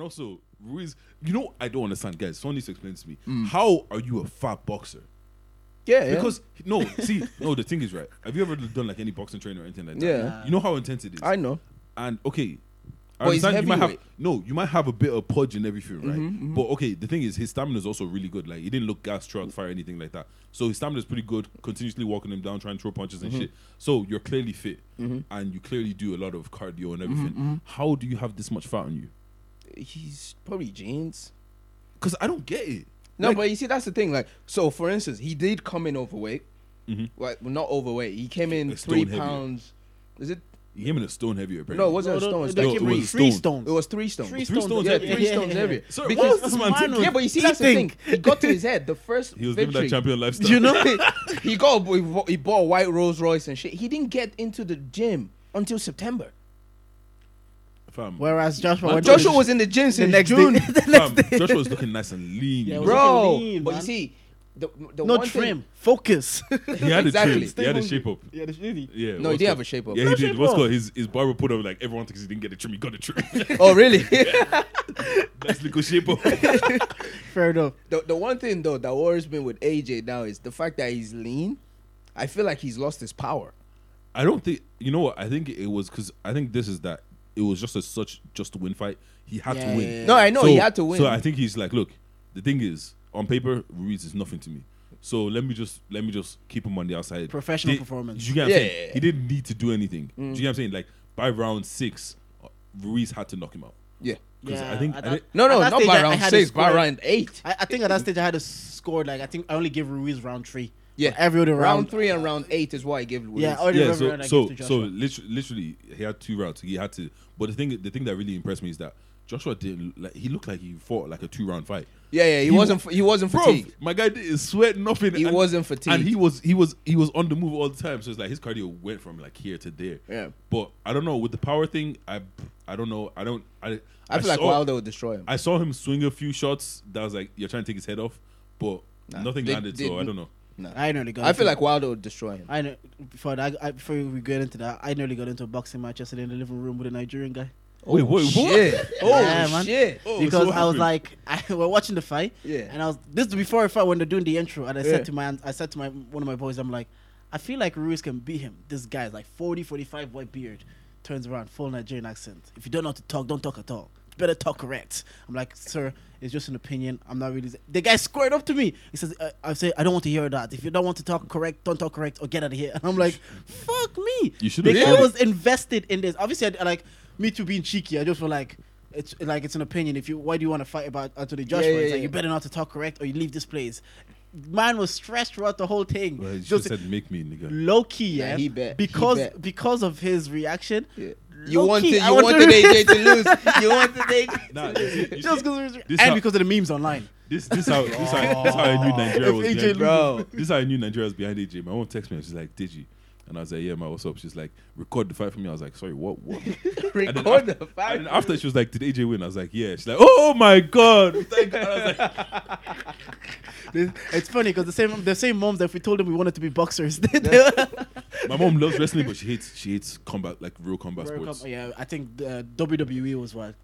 also Ruiz. You know, I don't understand, guys. Someone needs to explain to me. Hmm. How are you a fat boxer? Yeah, yeah. Because no, see, no. The thing is, right? Have you ever done like any boxing training or anything like that? Yeah. You know how intense it is. I know. and okay. I But he's understand you might have heavyweight. Mm-hmm, no, you might have a bit of pudge and everything, right? But okay, the thing is, his stamina is also really good. Like he didn't look gas throughout the fire or anything like that. So his stamina is pretty good. Continuously walking him down, trying to throw punches Mm-hmm. and shit. So you're clearly fit, and you clearly do a lot of cardio Mm-hmm, and everything. How do you have this much fat on you? He's probably jeans. Because I don't get it. No, Like- but you see, that's the thing. Like, so for instance, he did come in overweight. Like, well, not overweight. He came in A stone three heavier. pounds. Is it? He came in a stone heavier. Apparently. No, it wasn't a stone. It's no, like it three- was three stone. stones. It was three stones. Three Three stones. stones, yeah, yeah, three stones heavier. Sorry, Because- what was this man Mine thinking? was- Yeah, but you see, He that's think. the thing. He got to his head the first He was living victory. that champion lifestyle. You know, he got he bought, he bought a white Rolls Royce and shit. He didn't get into the gym until September. fam. whereas Joshua, went to Joshua the- was in the gym since next June, day- fam Joshua was looking nice and lean. Yeah, you it was- know? bro. lean, but man. you see, the, the no one thing- trim, focus. he had Exactly. a trim. He had a Stay shape up. Yeah, that's really. Yeah. No, he what's didn't have called- a shape up. Yeah, No he did. shape What's up. called his his barber put up like everyone thinks he didn't get a trim. He got a trim. Oh really? That's little shape up. Fair enough. the, the one thing though that worries me with AJ now is the fact that he's lean. I feel like he's lost his power. I don't think you know what I think it was because I think this is that it was just a such just a win fight. He had Yeah, to win. yeah, yeah. No, I know, he had to win. So I think he's like, look, the thing is, on paper, Ruiz is nothing to me. So let me just let me just keep him on the outside. Professional performance. You get what I'm Yeah, saying? yeah, yeah. He didn't need to do anything. Do you get what I'm saying? Like by round six, uh, Ruiz had to knock him out. Yeah. Because Yeah, I think at I that- think- No, At no, that not stage, I- by I round had six, a by score. round eight. I, I think at that stage I had a score like I think I only gave Ruiz round three. Yeah. But every other round, round, three and round eight is what I give. Ruiz. yeah, every yeah, other so round I so gave to so Joshua. literally, literally, he had two rounds. He had to, but the thing, the thing that really impressed me is that Joshua didn't. Like, he looked like he fought like a two round fight. yeah, yeah. He, He wasn't. He wasn't Bro, fatigued. my guy didn't sweat nothing. He wasn't fatigued. and he was he was he was on the move all the time. So it's like his cardio went from like here to there. Yeah. But I don't know with the power thing. I I don't know. I don't. I I feel like saw- Wilder would destroy him. I saw him swing a few shots. That was like you're trying to take his head off, but nothing They- landed. they- so I don't know. I nearly got. I into- feel like Wilder would destroy him. I know. Before that, I, before we get into that, I nearly got into a boxing match yesterday in the living room with a Nigerian guy. wait, wait, what? Oh, Shit. Oh Yeah, man. shit. Oh, so because what I was happened? like, I, we're watching the fight, Yeah. and I was this is before the fight when they're doing the intro, and I Yeah. said to my I said to my one of my boys, I'm like, I feel like Ruiz can beat him. This guy's like 40, 45, white beard, turns around, full Nigerian accent. If you don't know how to talk, don't talk at all. You better talk correct. I'm like, sir, it's just an opinion. I'm not really. The guy squared up to me. He says, I, I say, I don't want to hear that. If you don't want to talk correct, don't talk correct or get out of here. And I'm like, fuck me. You should've The guy said it. was invested in this. Obviously, I, I like me too being cheeky. I just feel like it's like it's an opinion. If you why do you want to fight about Anthony Joshua? Yeah, yeah, it's like yeah. you better not to talk correct or you leave this place. Man was stressed throughout the whole thing. Well, you should have just said make me, nigga. low key, Nah, yeah. he bet, he because bet. because of his reaction. Yeah. You low-key, wanted. I You wanted wanted to- AJ to lose. You wanted AJ. Nah, you see- you see- Just because of his re- This and how- because of the memes online. This this how this Oh. how, this how I knew Nigeria If was AJ behind, Bro. This how I knew Nigeria was behind AJ. My mom texted me and she's like, "Did you?" And I was like, "Yeah, ma, what's up?" She's like, "Record the fight for me." I was like, "Sorry, what? What?" And then Record af- the fight. And then after she was like, "Did AJ win?" I was like, "Yeah." She's like, "Oh my god!" Thank God. I was like, This- It's funny because the same the same moms that if we told them we wanted to be boxers, they- they- "My mom loves wrestling, but she hates she hates combat like real combat World Cup, sports." yeah, I think uh, the WWE E was what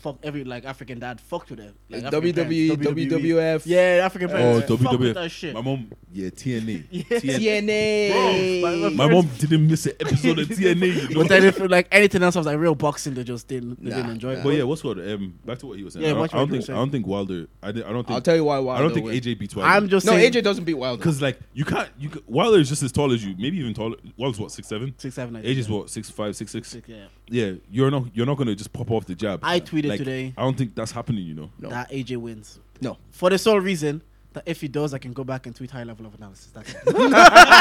fuck every like African dad fucked with it. Like Like African WWE, parents, WWF. Yeah, African Oh, parents. fuck With that WWF. shit. My mom, yeah, TNA. TNA. TNA. My mom didn't miss an episode of TNA. You know? But then if like anything else, I was like real boxing. They just didn't, they Nah, didn't enjoy. it. But yeah, what's what? Um, back to what he was saying. Yeah, I, don't, watch I don't what he was think I saying. don't think Wilder. I, di- I don't think. I'll tell you why Wilder. I don't think win. AJ beats Wilder. I'm just No, saying AJ doesn't beat Wilder. Because like you can't, you can, Wilder is just as tall as you, maybe even taller. Wilder's what six seven. six seven. I think, Age is yeah. what six five, six six. Six, yeah. Yeah, you're not you're not gonna just pop off the jab. I tweeted Like, today. I don't think that's happening. You know. No. That AJ wins No. for the sole reason that if he does, I can go back and tweet high level of analysis. That's it.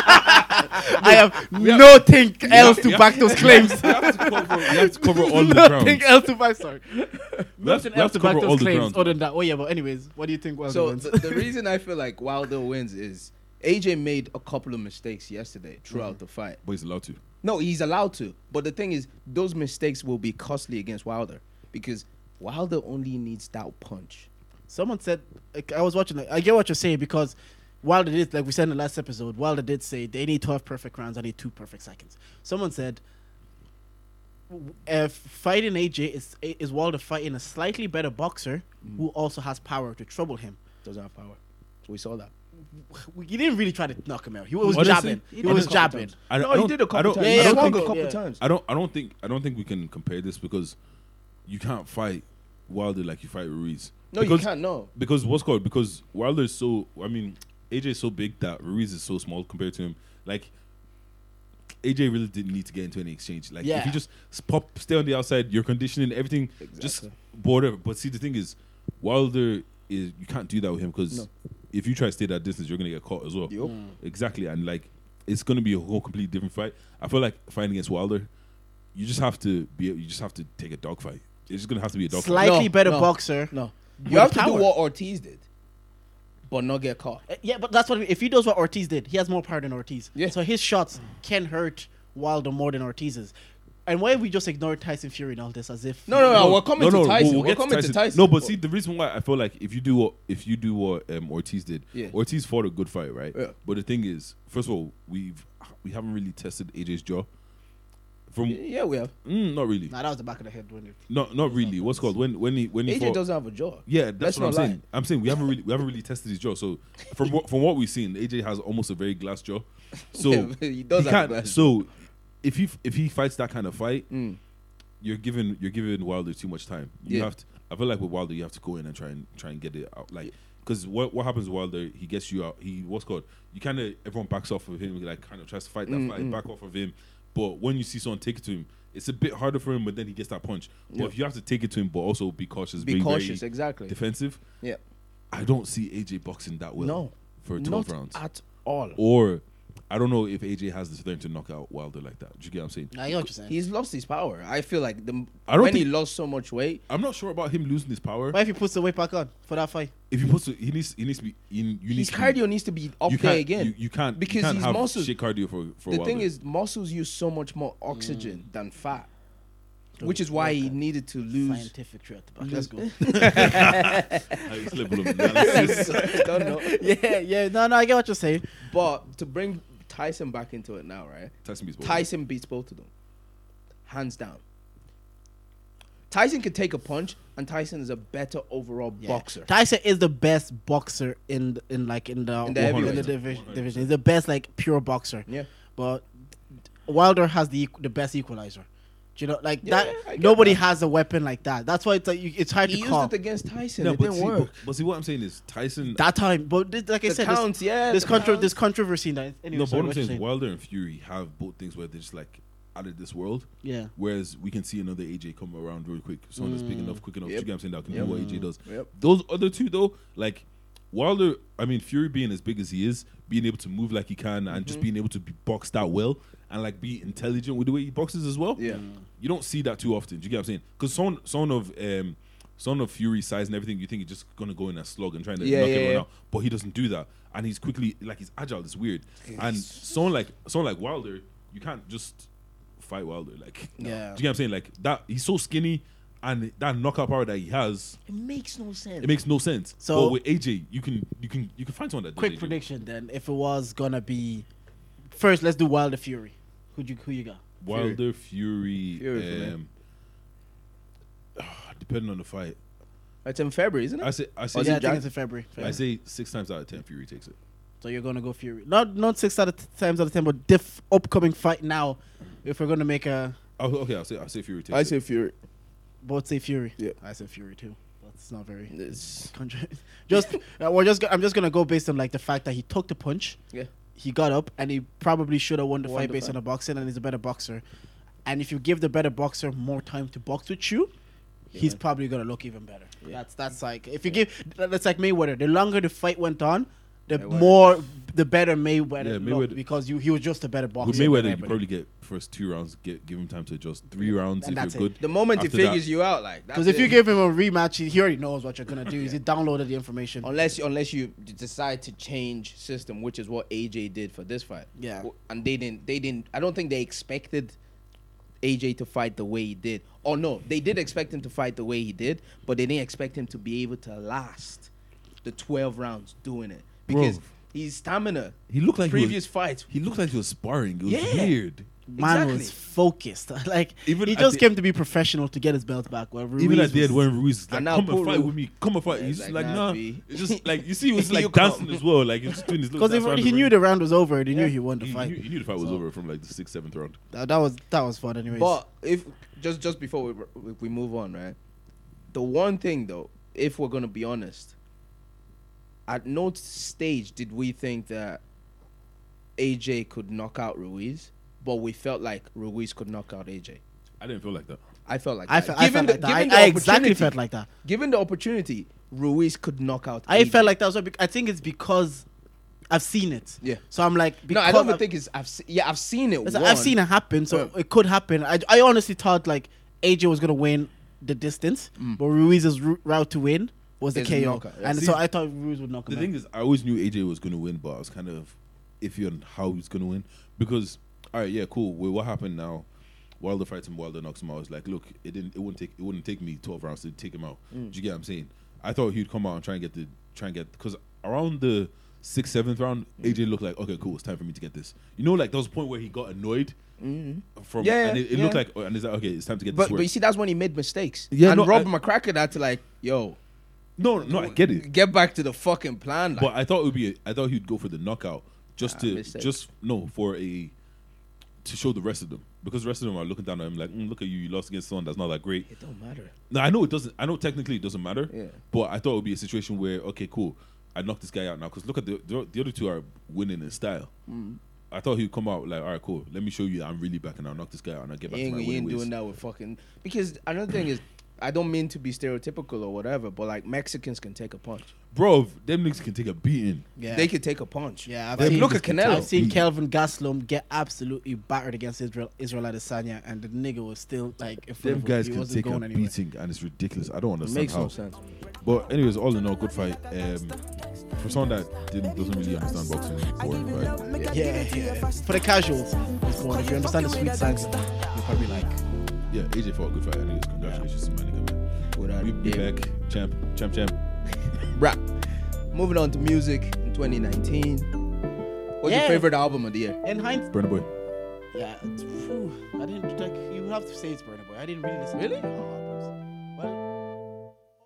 I have nothing else to yeah. back those claims. We have to cover, we have to cover all the Nothing grounds. else to back. Sorry, We have, nothing we have else to to back cover all those the claims. grounds. Other than that, oh yeah. But anyways, what do you think? Wilder So wins? the, the reason I feel like Wilder wins is AJ made a couple of mistakes yesterday throughout Mm-hmm. the fight. But he's allowed to. No, he's allowed to. But the thing is, those mistakes will be costly against Wilder because Wilder only needs that punch. Someone said, like, I was watching, like, I get what you're saying because Wilder did, like we said in the last episode, Wilder did say they need 12 perfect rounds, I need two perfect seconds. Someone said, if fighting AJ is is Wilder fighting a slightly better boxer Mm. who also has power to trouble him. Doesn't have power. So we saw that. He didn't really try to knock him out. He was Honestly, jabbing. He, he did a was couple jabbing. times. I, no, I he don't- did a couple I don't- times. Yeah, he yeah, swung I a couple think- times. I don't I don't think I don't think we can compare this because you can't fight Wilder like you fight Ruiz. No, because, you can't. No. Because what's called because Wilder is so I mean AJ is so big that Ruiz is so small compared to him. Like AJ really didn't need to get into any exchange. Like if Yeah. you just s- pop, stay on the outside, your conditioning, everything, just Exactly. border. But see, the thing is, Wilder is you can't do that with him because No. if you try to stay that distance, you're gonna get caught as well. Yup. Exactly, and like it's gonna be a whole completely different fight. I feel like fighting against Wilder, you just have to be. You just have to take a dog fight. It's just gonna have to be a dog fight. Slightly No, better no, boxer. No. You With have to do power. what Ortiz did, but not get caught. Uh, Yeah, but that's what I mean. if he does what Ortiz did, he has more power than Ortiz. Yeah. So his shots can hurt Wilder more than Ortiz's. And why we just ignore Tyson Fury and all this as if No, no, no. we're coming to Tyson. we'll we're get coming to Tyson. No, but see, the reason why I feel like if you do what if you do what um, Ortiz did, Yeah. Ortiz fought a good fight, right? Yeah. But the thing is, first of all, we've we haven't really tested AJ's jaw. From yeah, we have. mm, not really, Nah, that was the back of the head when it, not not really. What's called when when he when he AJ fought, doesn't have a jaw. Yeah, that's Let's what I'm not lie. saying. I'm saying we haven't really we haven't really tested his jaw. So from what from what we've seen, AJ has almost a very glass jaw. So Yeah, he does have a can't- glass Mm. So if he if he fights that kind of fight, you're giving you're giving Wilder too much time. You Yeah. have to. I feel like with Wilder, you have to go in and try and try and get it out. Like because what what happens with Wilder, he gets you out. He what's called you kind of everyone backs off of him. Like kind of tries to fight that fight, back off of him. But when you see someone take it to him. It's a bit harder for him, but then he gets that punch. But if you have to take it to him, but also be cautious, Be being very cautious, exactly. defensive. Yeah. I don't see AJ boxing that well. No, for Not twelve rounds. at all. or I don't know if AJ has the strength to knock out Wilder like that. Do you get what I'm saying? Nah, you know what you're saying. He's lost his power. I feel like the I don't when he think- lost so much weight, I'm not sure about him losing his power. Why if he puts the weight back on for that fight? If he puts, to, he needs, he needs to be in. You need his to be- cardio needs to be up you there can't- again. You, you can't because you can't his have muscles. shit cardio for for the Wilder. thing is, muscles use so much more oxygen Mm. than fat, which is why he needed to lose. Scientific tree at the back. Let's go. I just label him analysis. I don't know. yeah, yeah. No, no, I get what you're saying. But to bring Tyson back into it now, right? Tyson beats Wilder. Tyson beats both of them, hands down. Tyson could take a punch, and Tyson is a better overall Yeah. boxer. Tyson is the best boxer in the- in like in In the the in the heavyweight. division. division. He's the best like pure boxer. Yeah. But Wilder has the equ- the best equalizer. Do you know like Yeah, I that? get Nobody that. has a weapon like that. That's why it's like you, it's hard He to used call. it against Tyson. No, it but didn't see, work. but, but see what I'm saying is Tyson. that time, but this, like I The said, this- counts, yeah, this the contro- counts. this controversy. That no, anyway, but what sorry, I'm what you saying is saying? Wilder and Fury have both things where they're just like out of this world. Yeah. Whereas we can see another AJ come around real quick. Someone that's big enough, quick enough. Yep. You get what I'm saying? That can Yep. do what AJ does. Yep. Those other two though, like Wilder, I mean Fury being as big as he is, being able to move like he can, and just being able to be boxed out well, and like be intelligent with the way he boxes as well. Yeah. Mm. You don't see that too often. Do you get what I'm saying? Because someone, someone of, um, someone of Fury size and everything, you think he's just gonna go in a slug and trying to Yeah, knock yeah, everyone yeah. out, but he doesn't do that. And he's quickly like he's agile. It's weird. And someone like someone like Wilder, you can't just fight Wilder. Like, Yeah. do you get what I'm saying? Like that, he's so skinny, and that knockout power that he has, It makes no sense. it makes no sense. So- So but with AJ, you can you can you can find someone that does Quick AJ. prediction then. If it was gonna be first, let's do Wilder Fury. Who you who you got? Wilder Fury, Fury for me. um, depending on the fight, It's in February, isn't it? I say I say Oh, is yeah, I it think Jan- it's in February. I say six times out of ten Fury takes it. So you're gonna go Fury. Not not six out of t- times out of ten, but diff upcoming fight now. If we're gonna make a Oh, okay, I'll say I'll say Fury takes I it. say Fury. both say Fury. Yeah. I say Fury too. That's not very. It's, contra- just uh, we're just go- I'm just gonna go based on like the fact that he took the punch. yeah. He got up and he probably should have won the Won fight the based fight. on the boxing and he's a better boxer. And if you give the better boxer more time to box with you, he's probably gonna look even better. That's that's like if you give th- that's like Mayweather. The longer the fight went on, the Mayweather. more the better Mayweather, Yeah, looked Mayweather- because you he was just a better boxer. With than Mayweather, you everybody. probably get first two rounds, get give him time to adjust. Three rounds And that's if it. you're good. The moment After he that- figures you out, like that's Because if it. you give him a rematch, he, he already knows what you're gonna do. He's downloaded the information. unless unless you d- decide to change system, which is what AJ did for this fight. Yeah. W- and they didn't. They didn't. I don't think they expected AJ to fight the way he did. Or no, they did expect him to fight the way he did, but they didn't expect him to be able to last the twelve rounds doing it because Bro. his stamina. He looked like he was- previous fights. He looked like he was sparring. It was Yeah. weird. man was Exactly. focused. like Even he at just the- came to be professional to get his belt back. Where Ruiz Even at the was- end when Ruiz is like, And now come and Poro- fight with me, come and fight. Yeah, he's it's just like, like, nah, nah. B. It's just like you see, he was You like come. dancing as well. Like he's just doing his little because dance he, around he the knew ring. the round was over, and he Yeah. knew he won the He- fight. He, he knew the fight was So- over from like the sixth, seventh round. That, that was that was fun, anyways. But if just just before we we- we move on, right? The one thing though, if we're gonna be honest, at no stage did we think that AJ could knock out Ruiz, but we felt like Ruiz could knock out AJ. I didn't feel like that. I felt like I, that. fe- I felt the, like that. I, given the I exactly opportunity- felt like that. Given the opportunity, Ruiz could knock out. I AJ. felt like that. Was, I think it's because I've seen it. Yeah. So I'm like, no, because I don't I've- even think it's. I've se- yeah, I've seen it. Listen, I've once. seen it happen, so Yeah. it could happen. I, I honestly thought like AJ was gonna win the distance, but Ruiz's ru- route to win was the Mm. Is KO, knockout, yeah. and See, so I thought Ruiz would knock him The thing out. is, I always knew AJ was going to win, but I was kind of iffy on how he's going to win because, all right, yeah, cool. Well, what happened now? Wilder fights him, Wilder knocks him out. I was like, look, it didn't, it wouldn't take, it wouldn't take me twelve rounds to take him out. Mm. Do you get what I'm saying? I thought he'd come out and try and get the, try and get because around the sixth, seventh round, Mm. AJ looked like, okay, cool, it's time for me to get this. You know, like there was a point where he got annoyed from, Mm-hmm. Yeah, and it, it yeah. looked like, oh, and it's like, okay, it's time to get But, this. but work. you see, that's when he made mistakes. Yeah, and no, Rob I- McCracken had to like, yo, no, no, I get it. get back to the fucking plan. Like, But I thought it would be. I thought he'd go for the knockout just Ah, to mistake. just no for a to show the rest of them because the rest of them are looking down at him like, mm, look at you, you lost against someone that's not that great. it don't matter. Now I know it doesn't. I know technically it doesn't matter. Yeah. But I thought it would be a situation where okay, cool, I knocked this guy out now because look at the, the the other two are winning in style. Mm. I thought he'd come out like, all right, cool. Let me show you that I'm really back and I'll knock this guy out and I'll get back You to ain't, my you winning ain't ways. doing that with fucking. Because another thing is, I don't mean to be stereotypical or whatever, but like Mexicans can take a punch. Bro, them niggas can take a beating. Yeah. They can take a punch. yeah, Like, look at Canelo. I've seen Kelvin Gastelum get absolutely battered against Israel Israel Adesanya, and the nigga was still like, in front Them of him. guys he can wasn't take a going anywhere. beating and it's ridiculous. I don't It understand makes how. no sense. But anyways, all in all, good fight. Um, for someone that didn't, doesn't really understand boxing, boring fight. Yeah, yeah. For the casuals, it's more, if you understand the sweet science, you probably like. Yeah, AJ fought a good fight. Anyways, congratulations to my nigga, man. Without We be David. back, champ, champ, champ. Rap. Moving on to music in 2019. What's Yeah. your favorite album of the year? In hindsight, Burner boy. yeah, it's, phew, I didn't. Like, you have to say it's Burner Boy. I didn't really listen. Really? To it. Oh,